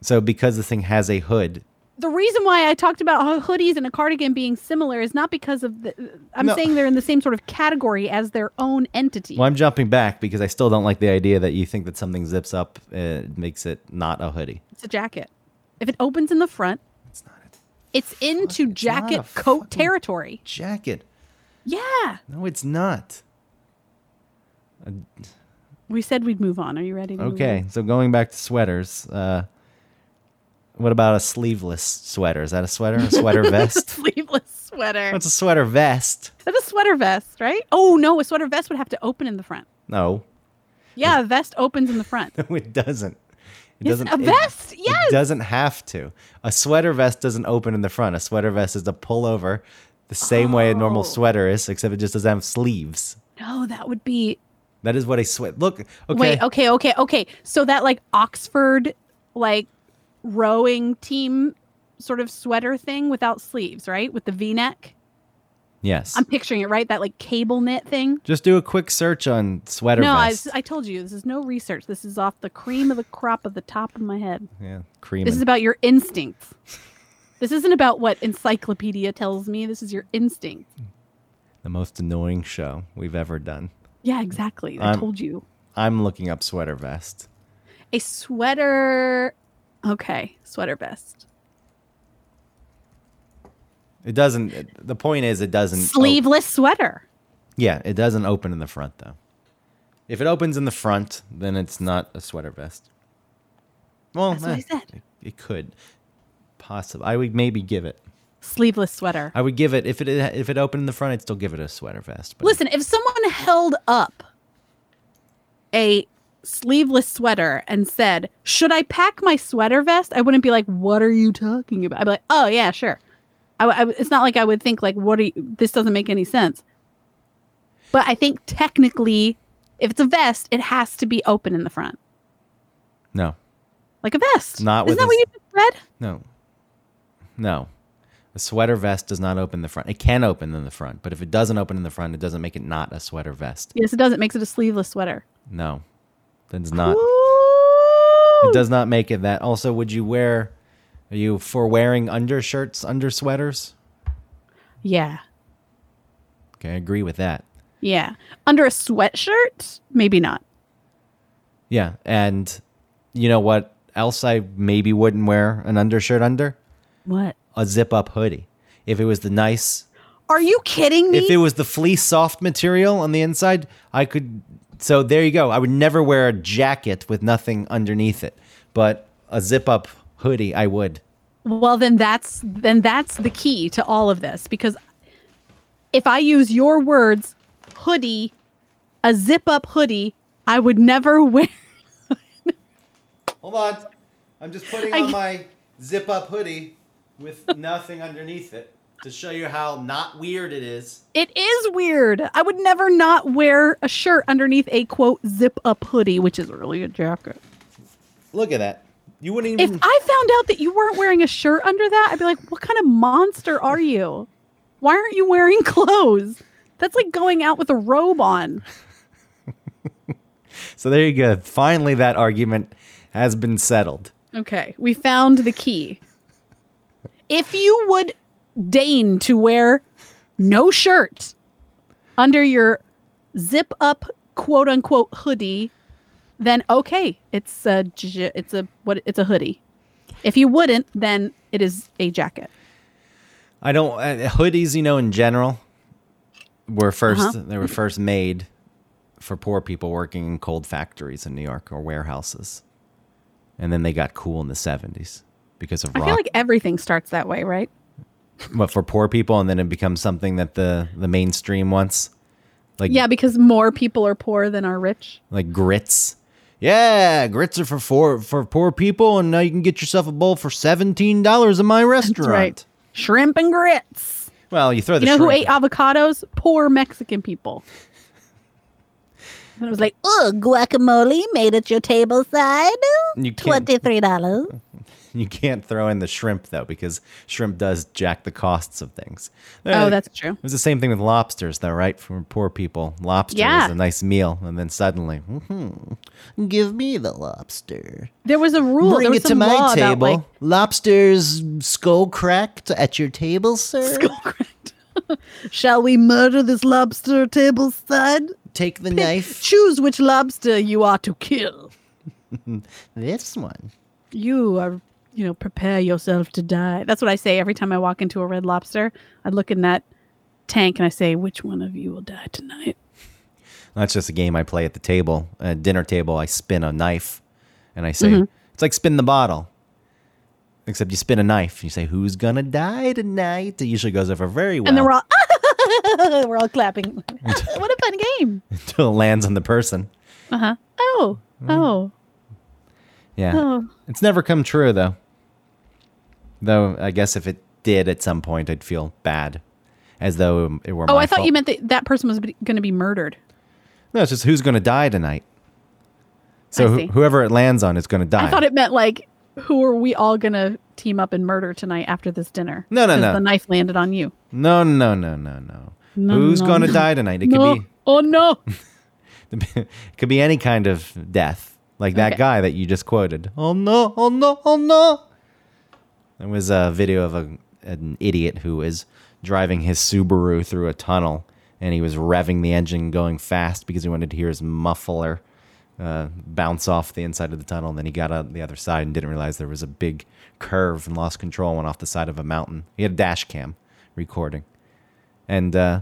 So, because this thing has a hood, The reason why I talked about ho- hoodies and a cardigan being similar is not because of the. I'm No. saying they're in the same sort of category as their own entity. well, I'm jumping back because I still don't like the idea that you think that something zips up uh, makes it not a hoodie. It's a jacket. If it opens in the front, It's not a it's into it's not jacket a coat fucking- territory. jacket. Yeah. No, it's not. We said we'd move on. Are you ready? To move Okay, on? so going back to sweaters, uh, what about a sleeveless sweater? Is that a sweater? A sweater vest? Sleeveless sweater. What's a sweater vest? That's a sweater vest, right? Oh no, a sweater vest would have to open in the front. No, Yeah, a vest opens in the front. no, it doesn't. It Yes, a it- vest, yes! It doesn't have to. A sweater vest doesn't open in the front. A sweater vest is a pullover, the same way a normal Oh. sweater is, except it just doesn't have sleeves. No, that would be That is what a sweat. Look, okay. Wait, okay, okay, okay. So that like Oxford like rowing team sort of sweater thing without sleeves, right? With the V-neck. Yes. I'm picturing it, right? That like cable knit thing. just do a quick search on sweater No, I, vest. I told you this is no research. This is off the cream of the crop of the top of my head. yeah, cream. This is and- about your instincts. This isn't about what encyclopedia tells me. This is your instinct. the most annoying show we've ever done. Yeah, exactly. I I'm- told you. I'm looking up sweater vest. A sweater. Okay, sweater vest. It doesn't. it- the point is, it doesn't. op- Sleeveless sweater. yeah, it doesn't open in the front though. If it opens in the front, then it's not a sweater vest. Well, That's what I eh, said. It, it could, possibly. I would maybe give it. Sleeveless sweater. I would give it if it if it opened in the front, I'd still give it a sweater vest. But Listen, if someone held up a sleeveless sweater and said, "Should I pack my sweater vest?" I wouldn't be like, "What are you talking about?" I'd be like, "Oh yeah, sure." I, w- I w- it's not like I would think like, "What are you, this doesn't make any sense." But I think technically, if it's a vest, it has to be open in the front, no, like a vest. Not with Isn't that what a you s- just read? no, no. A sweater vest does not open in the front. It can open in the front, but if it doesn't open in the front, it doesn't make it not a sweater vest. Yes, it does. It makes it a sleeveless sweater. No, that's not. Ooh. It does not make it that. Also, would you wear? Are you for wearing undershirts, under sweaters? Yeah, Okay, I agree with that. yeah. Under a sweatshirt, maybe not. Yeah, and you know what else? I maybe wouldn't wear an undershirt under What? a zip-up hoodie. If it was the nice, Are you kidding me? if it was the fleece soft material on the inside, I could. So there you go. I would never wear a jacket with nothing underneath it, but a zip-up hoodie, I would. well, then that's then that's the key to all of this because if I use your words, hoodie, a zip up hoodie, I would never wear. Hold on. I'm just putting I- on my zip up hoodie with nothing underneath it to show you how not weird it is. It is weird. I would never not wear a shirt underneath a quote zip up hoodie, which is really a jacket. Look at that. You wouldn't If even. I found out that you weren't wearing a shirt under that, I'd be like, "What kind of monster are you? Why aren't you wearing clothes?" That's like going out with a robe on. So there you go. Finally, that argument has been settled. Okay, we found the key. If you would deign to wear no shirt under your zip up quote unquote hoodie, then okay, it's a j- it's a what it's a hoodie. If you wouldn't, then it is a jacket. I don't uh, hoodies, you know, in general, Uh-huh. were 1st they were first made for poor people working in cold factories in New York or warehouses, and then they got cool in the seventies because of I rock. feel like everything starts that way, right? but for poor people, and then it becomes something that the the mainstream wants, like Yeah, because more people are poor than are rich. like grits. Yeah, grits are for for for poor people, and now you can get yourself a bowl for seventeen dollars in my restaurant. Right. Shrimp and grits. Well, you throw the You know who shrimp- ate avocados? Poor Mexican people. And it was like, Ooh, guacamole made at your table side. You can't- $23. You can't throw in the shrimp though, because shrimp does jack the costs of things. oh, that's true. It was the same thing with lobsters, though, right? For poor people, lobster Yeah. was a nice meal, and then suddenly, mhm, give me the lobster. There was a rule. there Bring was it to some law my about, table. like, Lobsters skull cracked at your table, sir. Shall we murder this lobster table side? Take the knife. Choose which lobster you are to kill. This one. You are, you know, prepare yourself to die. That's what I say every time I walk into a red lobster. I look in that tank and I say, which one of you will die tonight? That's just a game I play at the table, at dinner table. I spin a knife, and I say, Mm-hmm. "It's like spin the bottle." Except you spin a knife. and You say, "Who's gonna die tonight?" It usually goes over very well And then we're all, we're all clapping. what a fun game. until it lands on the person. Uh huh. Oh, Mm-hmm. oh, Yeah, oh. it's never come true though. Though I guess if it did at some point, I'd feel bad, as though it were. Oh, my I thought fault. you meant that that person was going to be murdered. No, it's just who's gonna die tonight. So wh- see. whoever it lands on is gonna die. I thought it meant like, who are we all gonna team up and murder tonight after this dinner? No, no, 'Cause no. The knife landed on you. no, no, no, no, no. No, who's no, gonna no. die tonight? It no. could be Oh no. it could be any kind of death, like that Okay. guy that you just quoted. Oh no! Oh no! Oh no! There was a video of a, an idiot who was driving his Subaru through a tunnel, and he was revving the engine, going fast because he wanted to hear his muffler uh, bounce off the inside of the tunnel. And then he got out the other side and didn't realize there was a big curve and lost control, and went off the side of a mountain. He had a dash cam recording, and uh,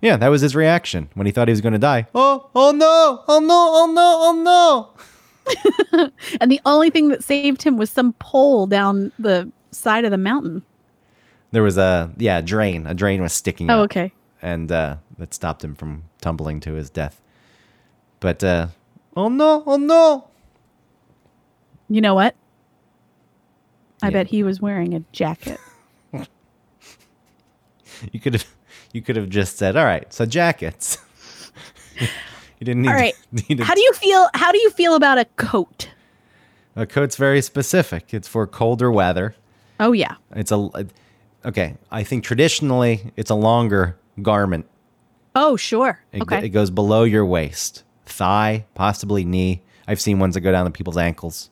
yeah, that was his reaction when he thought he was going to die. Oh, oh no, oh no, oh no, oh no. And the only thing that saved him was some pole down the side of the mountain. There was a yeah a drain. A drain was sticking. Oh, out, okay. And uh, that stopped him from tumbling to his death. But uh, oh no, oh no. You know what? I Yeah. bet he was wearing a jacket. You could have you could have just said, all right, so jackets. you didn't need. all right. To, need a- How do you feel? How do you feel about a coat? a coat's very specific. It's for colder weather. Oh yeah. It's a okay. I think traditionally it's a longer garment Oh sure. It, okay. it goes below your waist, thigh, possibly knee. I've seen ones that go down to people's ankles.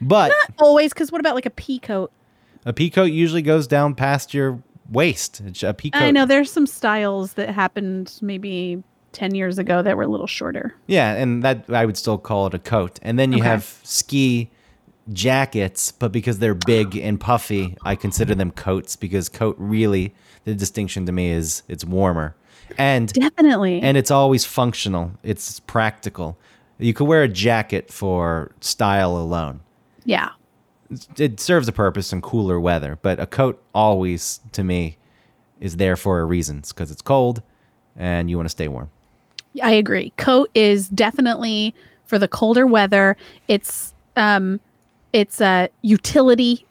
But Always, because what about like a pea coat? a peacoat usually goes down past your waist. It's a peacoat. I know there's some styles that happened maybe 10 years ago that were a little shorter. Yeah, and that I would still call it a coat. And then you Okay. have ski jackets, but because they're big and puffy, I consider them coats because coat really the distinction to me is it's warmer. And Definitely. and it's always functional. It's practical. You could wear a jacket for style alone. yeah. it serves a purpose in cooler weather, but a coat always, to me, is there for a reason. It's because it's cold and you want to stay warm. I agree. Coat is definitely for the colder weather. It's um it's a utility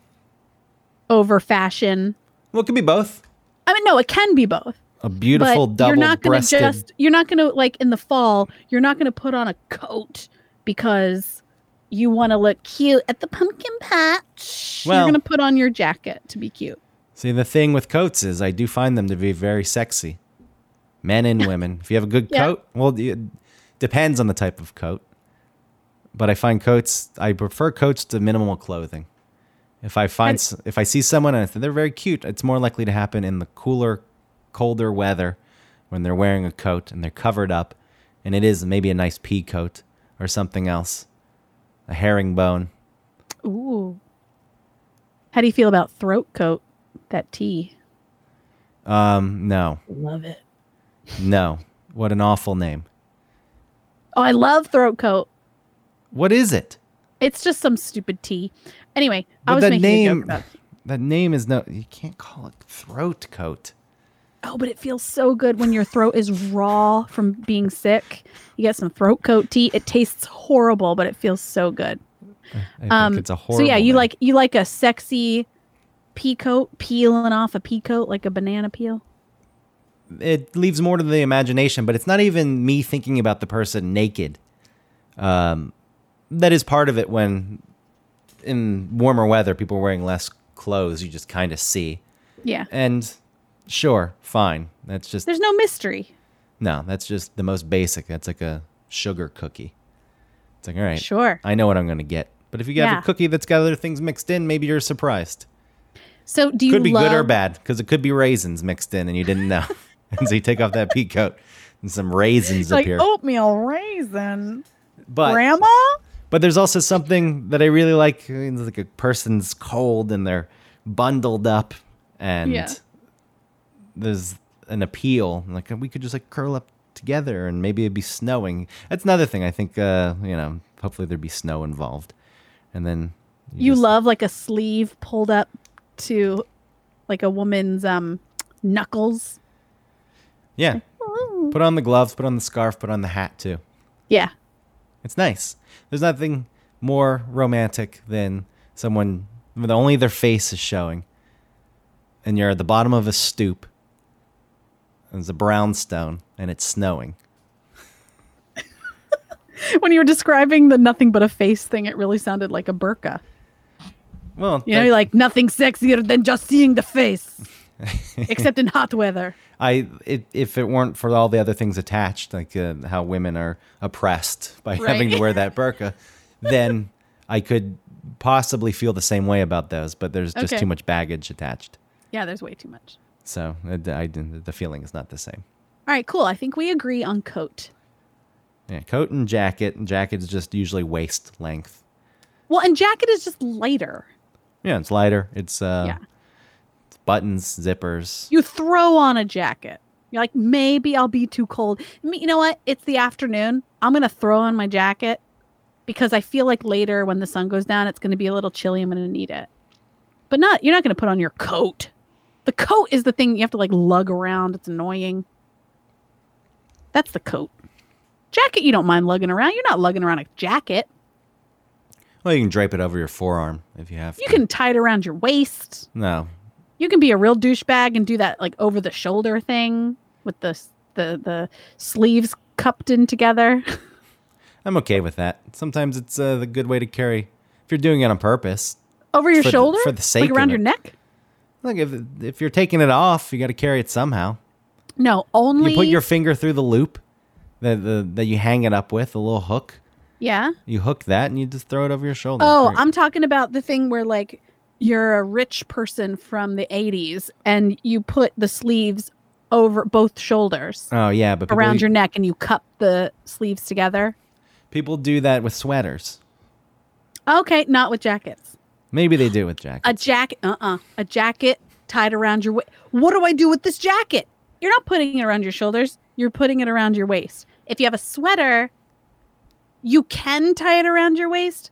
over fashion. Well, it could be both. I mean no, it can be both. A beautiful but double you're not gonna breasted. just you're not gonna like in the fall, you're not gonna put on a coat because you wanna look cute at the pumpkin patch. Well- you're gonna put on your jacket to be cute. See, the thing with coats is I do find them to be very sexy. men and women. If you have a good Yeah. coat, well, it depends on the type of coat. But I find coats. I prefer coats to minimal clothing. If I find And- s if I see someone and I think they're very cute, it's more likely to happen in the cooler, colder weather when they're wearing a coat and they're covered up, and it is maybe a nice pea coat or something else, a herringbone. Ooh. How do you feel about throat coat? That tea. Um, no, Love it. no, what an awful name. Oh, I love throat coat. What is it? It's just some stupid tea. Anyway, I But was that making a name, joke about. that name is no. You can't call it throat coat. Oh, but it feels so good when your throat is raw from being sick. You get some throat coat tea. It tastes horrible, but it feels so good. I think Um, it's a horrible. So yeah, you name. like you like a sexy pea coat peeling off a pea coat like a banana peel. it leaves more to the imagination, but it's not even me thinking about the person naked. Um, that is part of it when in warmer weather people are wearing less clothes. You just kind of see, Yeah, and sure, fine. That's just there's no mystery. no. That's just the most basic. That's like a sugar cookie. It's like all right, Sure. I know what I'm gonna get. But if you have Yeah. a cookie that's got other things mixed in, maybe you're surprised. So do you could be love, good or bad because it could be raisins mixed in and you didn't know. and so you take off that pea coat and some raisins Like oh, appear. oatmeal raisin, but grandma. but there's also something that I really like. I mean, It's like a person's cold and they're bundled up and Yeah. there's an appeal. Like we could just like curl up together and maybe it'd be snowing. That's another thing. I think uh, you know, hopefully there'd be snow involved. And then You just- love like a sleeve pulled up to like a woman's um knuckles. Yeah. Put on the gloves, put on the scarf, put on the hat too. Yeah, It's nice. There's nothing more romantic than someone with only their face is showing, and you're at the bottom of a stoop, and there's a brownstone, and it's snowing. when you were describing the nothing but a face thing, it really sounded like a burqa. Well, You know, that- you're like nothing sexier than just seeing the face, except in hot weather. I it, if it weren't for all the other things attached, like uh, how women are oppressed by Right. having to wear that burqa, then I could possibly feel the same way about those. But there's just Okay. too much baggage attached, Yeah, there's way too much. so it, I, didn't- the feeling is not the same. All right, cool. I think we agree on coat. Yeah, coat and jacket. And jacket's just usually waist length. Well, and jacket is just lighter. Yeah, it's lighter. It's uh, yeah. it's buttons, zippers. You throw on a jacket. You're like, maybe I'll be too cold. I mean, You know what? It's the afternoon. I'm going to throw on my jacket because I feel like later when the sun goes down, it's going to be a little chilly. I'm going to need it. But not, you're not going to put on your coat. The coat is the thing you have to like lug around. It's annoying. That's the coat. Jacket, you don't mind lugging around. You're not lugging around a jacket. Well, you can drape it over your forearm if you have. You to. can tie it around your waist. No, you can be a real douchebag and do that like over the shoulder thing with the s- the the sleeves cupped in together. I'm okay with that. Sometimes it's uh, the good way to carry. If you're doing it on purpose, over your For the- shoulder? for the sake like of around it. your neck? look if if you're taking it off, you got to carry it somehow. No, only You put your finger through the loop that the, that you hang it up with a little hook. Yeah. You hook that and you just throw it over your shoulder. Oh, Great. I'm talking about the thing where like you're a rich person from the 80s and you put the sleeves over both shoulders Oh yeah, but people, around your neck and you cup the sleeves together. people do that with sweaters. Okay, not with jackets. Maybe they do with jackets. a jacket uh-uh a jacket tied around your waist what do i do with this jacket you're not putting it around your shoulders you're putting it around your waist if you have a sweater you can tie it around your waist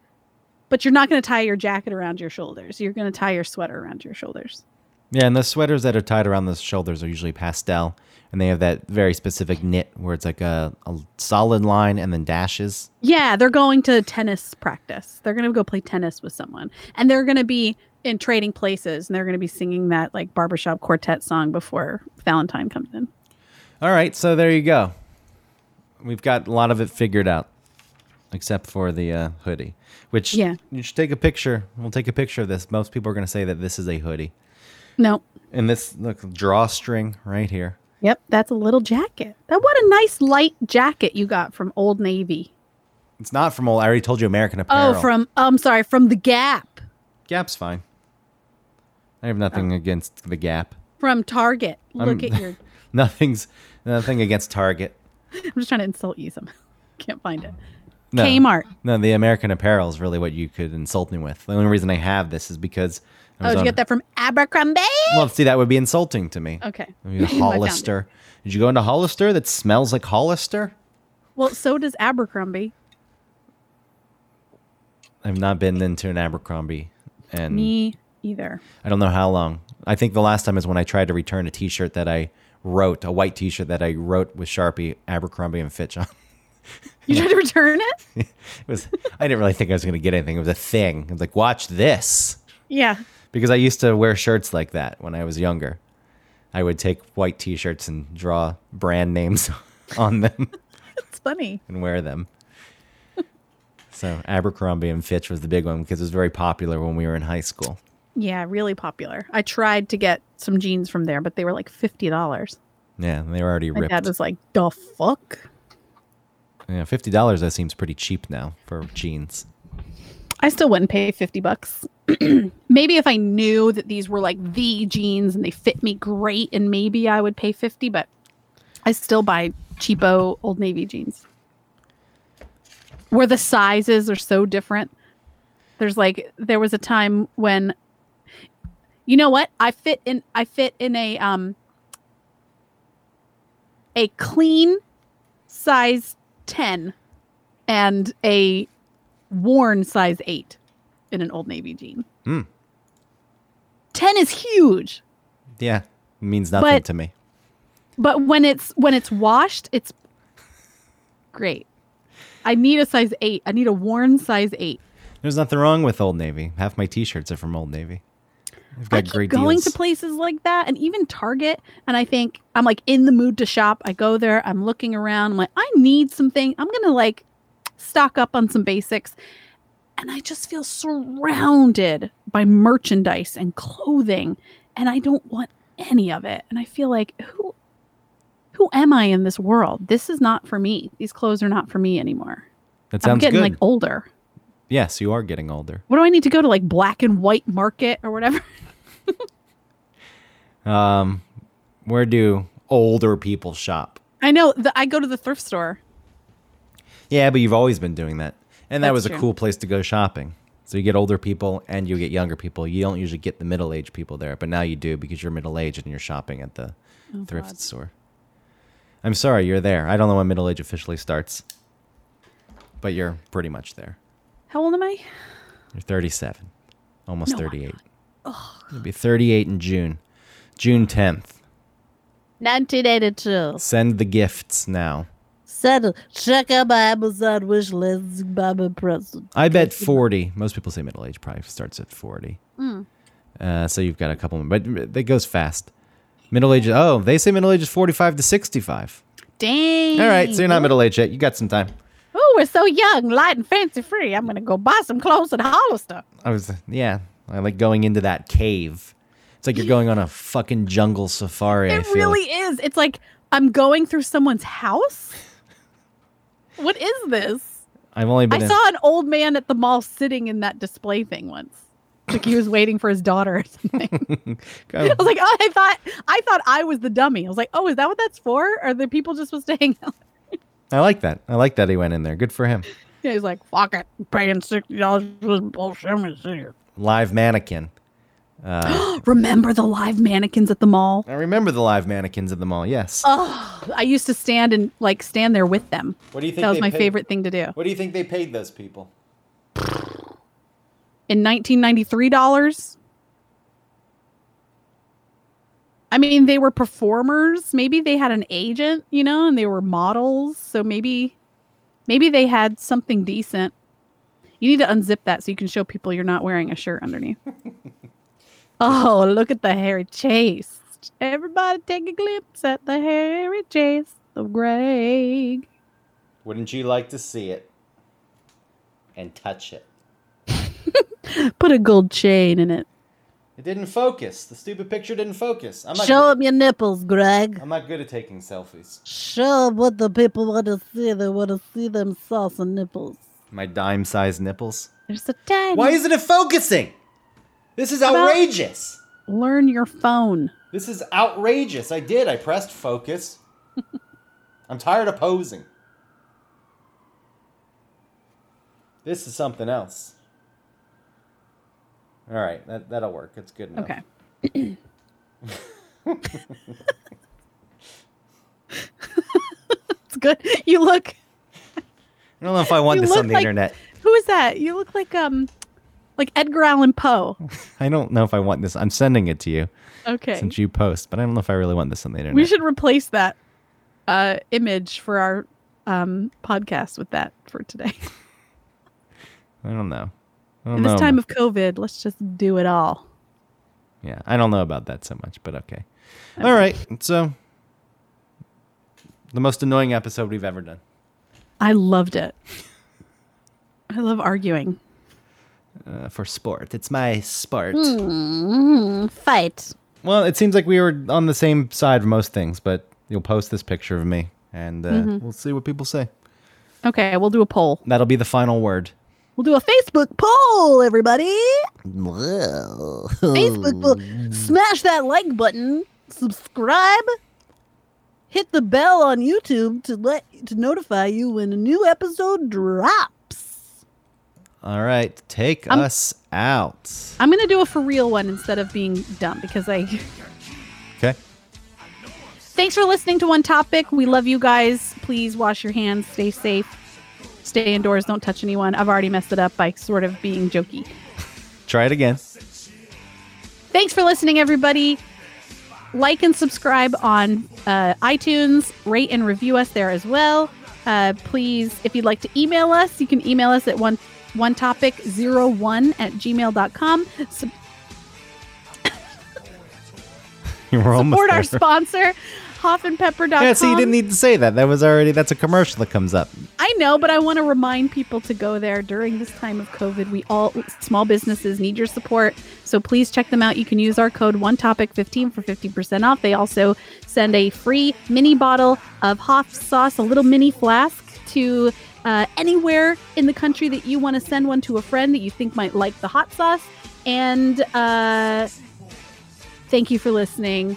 but you're not going to tie your jacket around your shoulders you're going to tie your sweater around your shoulders Yeah, and the sweaters that are tied around the shoulders are usually pastel, and they have that very specific knit where it's like a, a solid line and then dashes. yeah they're going to tennis practice they're going to go play tennis with someone and they're going to be in trading places and they're going to be singing that like barbershop quartet song before valentine comes in All right, so there you go. We've got a lot of it figured out, except for the uh, hoodie, which Yeah. you should take a picture. We'll take a picture of this. Most people are going to say that this is a hoodie, no and this look drawstring right here. Yep, that's a little jacket. That what a nice light jacket you got from Old Navy. It's not from old. I already told you American Apparel. Oh, from I'm sorry, from the Gap, Gap's fine. I have Oh. nothing against the Gap. from Target. Look I'm- at your. Nothing's nothing against Target. I'm just trying to insult you. Somehow can't find it. No. Kmart. No, the American Apparel is really what you could insult me with. The only reason I have this is because I Oh, was did you on- get that from Abercrombie? Well, see, that would be insulting to me. Okay. I mean, I found it. Hollister. Did you go into Hollister that smells like Hollister? Well, so does Abercrombie. I've not been into an Abercrombie, and Me either. I don't know how long. I think the last time is when I tried to return a T-shirt that I wrote, a white T-shirt that I wrote with Sharpie Abercrombie and Fitch on. You tried to return it? It was. I didn't really think I was going to get anything. It was a thing. I was like, watch this. Yeah. because I used to wear shirts like that when I was younger. I would take white T-shirts and draw brand names on them It's funny. and wear them. So Abercrombie and Fitch was the big one because it was very popular when we were in high school. Yeah, really popular. I tried to get some jeans from there, but they were like fifty dollars. Yeah, and they were already My ripped. dad was like, "The fuck." yeah, fifty dollars that seems pretty cheap now for jeans. I still wouldn't pay 50 bucks. maybe if I knew that these were like the jeans and they fit me great and maybe I would pay 50, but I still buy cheapo old navy jeans. Where the sizes are so different. There's like there was a time when you know what? I fit in I fit in a um a clean size 10 and a worn size eight in an old navy jean. Hmm. Ten is huge, Yeah, it means nothing But- to me. but when it's when it's washed, it's great. I need a size eight. I need a worn size eight. There's nothing wrong with Old Navy. Half my T-shirts are from Old Navy. I've got I keep great going deals. to places like that, and even Target, and I think I'm like in the mood to shop. I go there. I'm looking around. I'm like, I need something. I'm gonna like stock up on some basics. And I just feel surrounded by merchandise and clothing, and I don't want any of it. And I feel like who who am I in this world? This is not for me. These clothes are not for me anymore. that I'm sounds getting good. like older. yes, you are getting older. What do I need to go to like black and white market or whatever? Um, where do older people shop? I know the, I go to the thrift store Yeah, but you've always been doing that, and that was That's a true. cool place to go shopping. So you get older people and you get younger people. You don't usually get the middle aged people there, but now you do because you're middle aged and you're shopping at the thrift Oh, God. store. I'm sorry, you're there. I don't know when middle age officially starts, but you're pretty much there. How old am I? You're 37, almost No, I'm 38. You'll be 38 in June, June 10th. 1982. Send the gifts now. Settle. Check out my Amazon wish list. Buy my present. I bet 40. Most people say middle age probably starts at 40. Hmm. Uh, so you've got a couple, but it goes fast. Middle age, oh, they say middle age is 45 to 65. Dang. All right, so you're not middle age yet. You got some time. Oh, we're so young, light and fancy free. I'm gonna go buy some clothes at Hollister. I was, yeah, I like going into that cave. It's like you're going on a fucking jungle safari. I It feel. really is. It's like I'm going through someone's house. what is this? I've only been I in, saw an old man at the mall sitting in that display thing once. Like he was waiting for his daughter or something. I was like, oh, I thought I thought I was the dummy. I was like, oh, is that what that's for? Are the people just supposed to hang out? I like that. I like that he went in there. Good for him. Yeah, he's like, fuck it, paying sixty dollars for this bullshit. I'm gonna sit here. Live mannequin. Remember the live mannequins at the mall? I remember the live mannequins at the mall. Yes. Oh, I used to stand and like stand there with them. What do you think That was they my paid- favorite thing to do. What do you think they paid those people? In 1993 dollars. I mean, they were performers. Maybe they had an agent, you know, and they were models. So maybe, maybe they had something decent. You need to unzip that so you can show people you're not wearing a shirt underneath. oh, look at the hairy chase. Everybody take a glimpse at the hairy chase of Greg. Wouldn't you like to see it and touch it? Put a gold chain in it. It didn't focus. The stupid picture didn't focus. I'm not. Show good, him your nipples, Greg. I'm not good at taking selfies. Show 'em what the people want to see. They want to see them salsa nipples. My dime-sized nipples. There's a time. Why isn't it focusing? This is about- outrageous. Learn your phone. This is outrageous. I did. I pressed focus. I'm tired of posing. This is something else. All right, that, that'll work. It's good enough. Okay. it's good. You look. I don't know if I want You this look on the like- internet. Who is that? You look like um, like Edgar Allan Poe. I don't know if I want this. I'm sending it to you Okay. since you post, but I don't know if I really want this on the internet. We should replace that uh image for our um podcast with that for today. I don't know. I don't In this know. time of COVID, let's just do it all. yeah, I don't know about that so much, but okay. All right, so the most annoying episode we've ever done. I loved it. I love arguing. uh, for sport. It's my sport. Hmm. Mm, fight. Well, it seems like we were on the same side of most things, but you'll post this picture of me and uh, Mm-hmm. we'll see what people say. Okay, we'll do a poll. That'll be the final word. We'll do a Facebook poll, everybody. Facebook poll. Smash that like button. Subscribe. Hit the bell on YouTube to let to notify you when a new episode drops. All right, take I'm- us out. I'm gonna do a for real one instead of being dumb because I. Okay. Thanks for listening to One Topic. We love you guys. Please wash your hands. Stay safe. Stay indoors. Don't touch anyone. I've already messed it up by sort of being jokey. Try it again. Thanks for listening, everybody. Like and subscribe on uh, iTunes. Rate and review us there as well. Uh, please, if you'd like to email us, you can email us at one one topic zero one at gmail.com. Sub- You were almost support our there. sponsor, hoffandpepper.com. Yeah, see, you didn't need to say that. That was already, that's a commercial that comes up. I know, but I want to remind people to go there during this time of COVID. We all small businesses need your support, so please check them out. You can use our code one topic fifteen for fifteen percent off. They also send a free mini bottle of Hoff sauce, a little mini flask, to uh, anywhere in the country that you want to send one to a friend that you think might like the hot sauce. And uh, thank you for listening.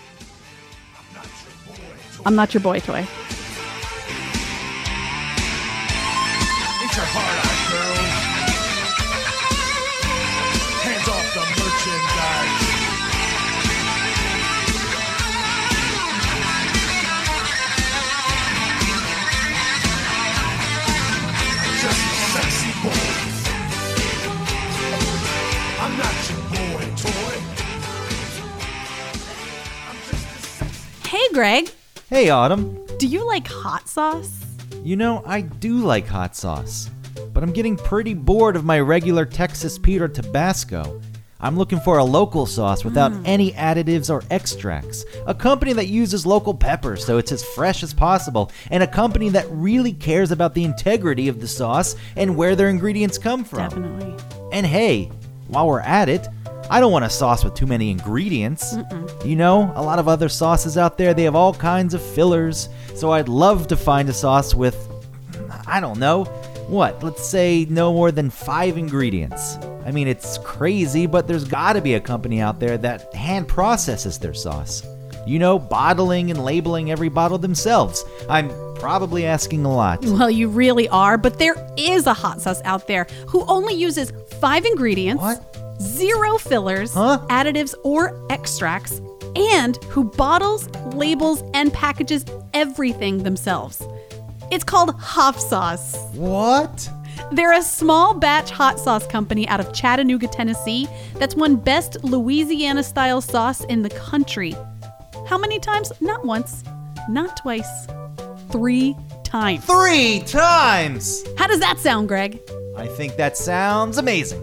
I'm not your boy toy. It's your heart out, girl. Hands off the merchandise. Just a sexy boy. I'm not your boy toy. I'm just a sexy Hey, Greg. Hey, Autumn. Do you like hot sauce? You know, I do like hot sauce, but I'm getting pretty bored of my regular Texas Pete or Tabasco. I'm looking for a local sauce without any additives or extracts. A company that uses local peppers so it's as fresh as possible, and a company that really cares about the integrity of the sauce and where their ingredients come from. Definitely. And hey, while we're at it, I don't want a sauce with too many ingredients. You know, a lot of other sauces out there, they have all kinds of fillers. So I'd love to find a sauce with, I don't know, what, let's say no more than five ingredients. I mean, it's crazy, but there's gotta be a company out there that hand processes their sauce. You know, bottling and labeling every bottle themselves. I'm probably asking a lot. Well, you really are, but there is a hot sauce out there who only uses five ingredients, What? zero fillers, Huh? additives, or extracts, and who bottles, labels, and packages everything themselves. It's called Hoff Sauce. What? They're a small batch hot sauce company out of Chattanooga, Tennessee, that's won best Louisiana style sauce in the country. How many times? Not once, not twice, three times. Three times! How does that sound, Greg? I think that sounds amazing.